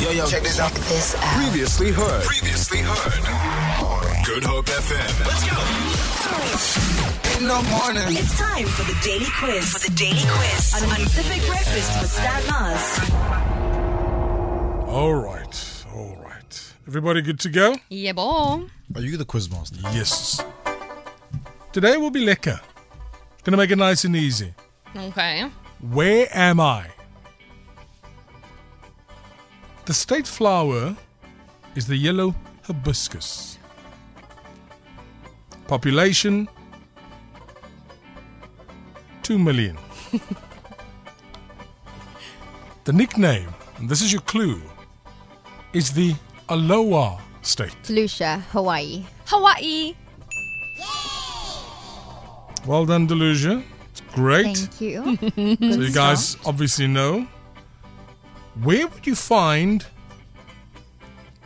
Yo, yo, Check this out. This out. Previously heard. Previously heard. Good Hope FM. Let's go. In the morning. It's time for the daily quiz. For the daily quiz on Pacific Breakfast with Stan Mars. All right, all right. Everybody good to go? Yeah, boy. Are you the quiz master? Yes. Today will be lekker. Gonna make it nice and easy. Okay. Where am I? The state flower is the yellow hibiscus. Population 2 million. the nickname, and this is your clue, is the Aloha state. Lucia, Hawaii. Hawaii. Well done, Delusia. It's great. Thank you. So you guys obviously know. Where would you find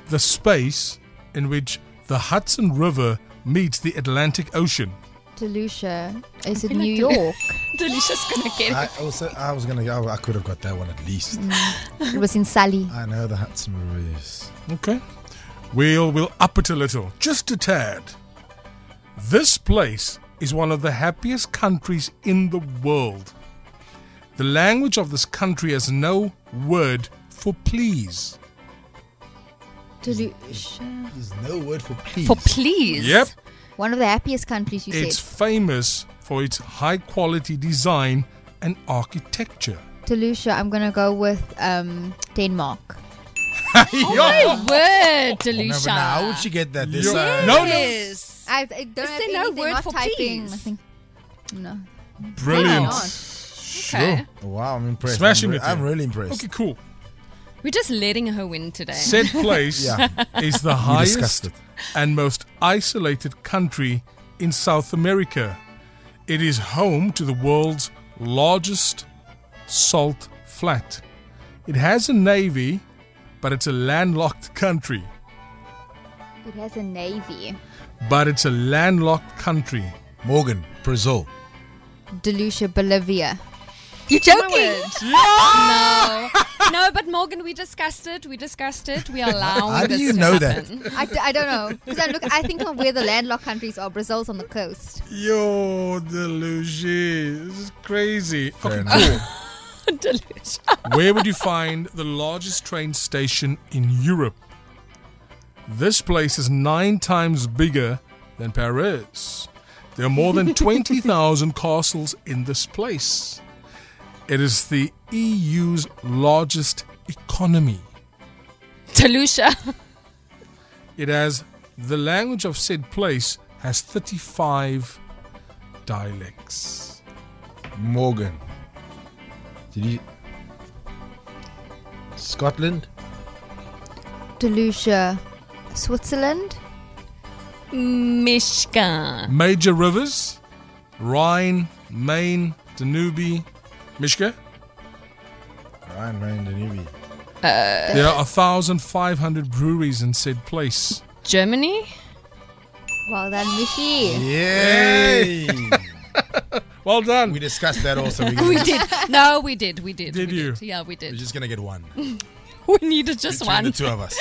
the space in which the Hudson River meets the Atlantic Ocean? to Lucia. Is it feel New like- York? Delicia's gonna get I also, I was gonna, I, I could have got that one at least. it was in Sally. I know the Hudson River. Yes. Okay. We'll we'll up it a little, just a tad. This place is one of the happiest countries in the world. The language of this country has no word for please. To Lucia. There's no word for please. for please. Yep. One of the happiest countries you It's famous for its high quality design and architecture. said. To Lucia, I'm going to go with um, Denmark. Oh my word, No, Delucia. but now, how would she get that? This, Yo- uh, No, no. Yes. I, I don't Is have there no anything. word not for typing. please? Nothing. No. Brilliant. Wow. Sure. Okay. Wow, I'm impressed. Smashing I'm, it, re- I'm yeah. really impressed. Okay, cool. We're just letting her win today. Said place Yeah. is the We discussed highest it. and most isolated country in South America. It is home to the world's largest salt flat. It has a navy, but it's a landlocked country. It has a navy. But it's a landlocked country. Morgan, Brazil. Delucia, Bolivia. You're joking. No. No, but Morgan, we discussed it. We discussed it. We are allowing How do this you to know that? happen. that? I, d- I don't know. Because I look, I think of where the landlocked countries are. Brazil's on the coast. Yo, Deluge. This is crazy. Fair Okay, enough. cool. Delucia. Where would you find the largest train station in Europe? This place is nine times bigger than Paris. There are more than 20,000 castles in this place. It is the EU's largest economy. Delucia. It has the language of said place has 35 dialects. Morgan. Did you? Scotland. Delucia, Switzerland. Mishka. Major rivers Rhine, Main, Danube, Mishka. Ryan, Ryan, Danube. There are 1,500 breweries in said place. Germany. Well done, Mishi. Yay! Well done. we discussed that also. We We did. No, we did. We did. Did we you? Did. Yeah, we We're did. just gonna get one. We needed just Between one. The two of us.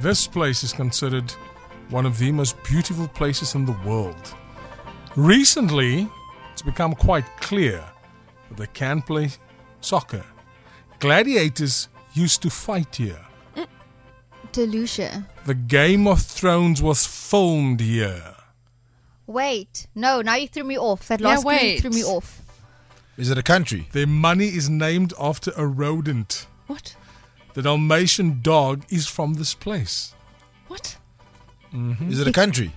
This place is considered one of the most beautiful places in the world. Recently, it's become quite clear that they can play soccer. Gladiators used to fight here. Delucia. The Game of Thrones was filmed here. Wait, no, now you threw me off. That Yeah, last clue wait. threw me off. Is it a country? Their money is named after a rodent. What? The Dalmatian dog is from this place. What? Is Mm-hmm. it a country?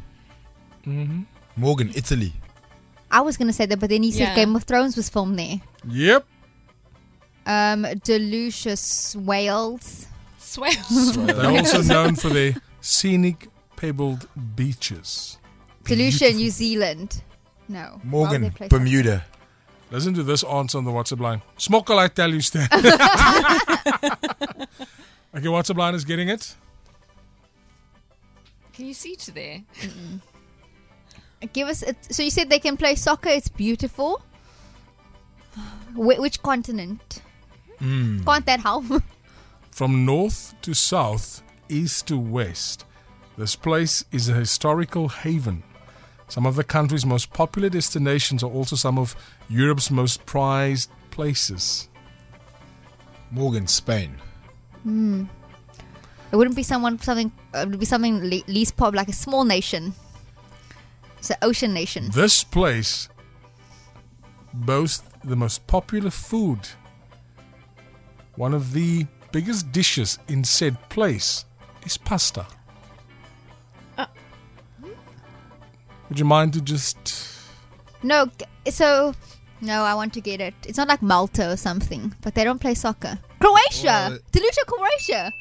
Mm-hmm. Morgan, Italy. I was going to say that, but then he said Yeah. Game of Thrones was filmed there. Yep. Um, Delicious Wales. Swales. They're also known for their scenic pebbled beaches. Delucia, New Zealand. No. Why Morgan, would they play Bermuda. Listen to this answer on the WhatsApp line. Smokkel, I tell you, Stan. okay, WhatsApp line is getting it. Can you see to there? soccer? Give us. A, so you said they can play soccer. It's beautiful. Wh- which continent? Can't that help? From north to south, east to west, this place is a historical haven. Some of the country's most popular destinations are also some of Europe's most prized places. Morgan, Spain. It wouldn't be someone something. uh, It would be something le- least pop like a small nation. It's an ocean nation. This place boasts the most popular food. One of the biggest dishes in said place is pasta. Would you mind to just. No, g- so no, I want to get it. It's not like Malta or something, but they don't play soccer. Croatia, What? Delusia, Croatia.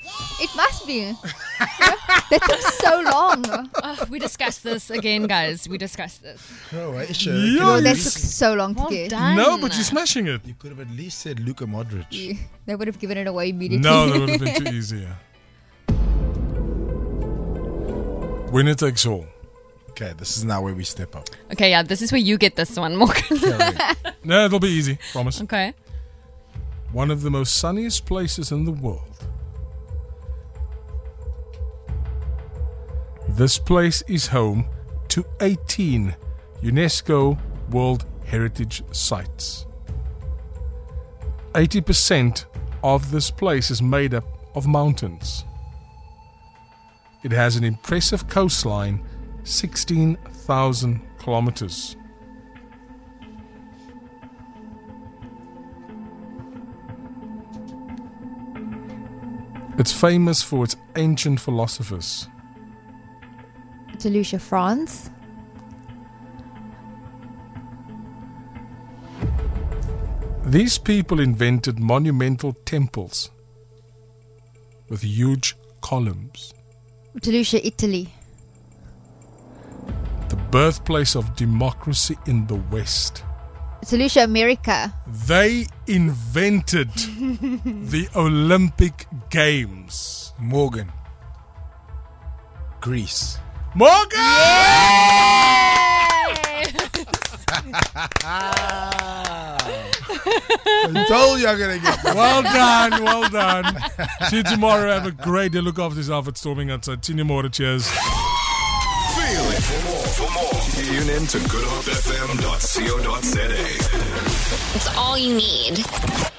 It must be. that took so long. Oh, we discussed this again, guys. We discussed this. Croatia. Oh, Yes. that took so long to Well get. done. No, but you're smashing it. You could have at least said Luka Modric. You- They would have given it away immediately. No, that would have been too easy. yeah. Winner takes all. Okay, this is now where we step up. Okay, yeah, this is where you get this one, Morgan. No, it'll be easy, promise. okay. One of the most sunniest places in the world. This place is home to 18 UNESCO World Heritage Sites. 80% of this place is made up of mountains. It has an impressive coastline, 16,000 kilometers. It's famous for its ancient philosophers. Delusia, France. These people invented monumental temples with huge columns. Delusia, Italy. The birthplace of democracy in the West. Delusia, America. They invented the Olympic Games. Morgan. Greece. Morgan! I told you I'm gonna get this. Well done, well done. See you tomorrow. Have a great day. Look after yourself. It's storming outside. See you tomorrow. Cheers. Feel it for more. For more, tune in to goodhopefm.co.za. It's all you need.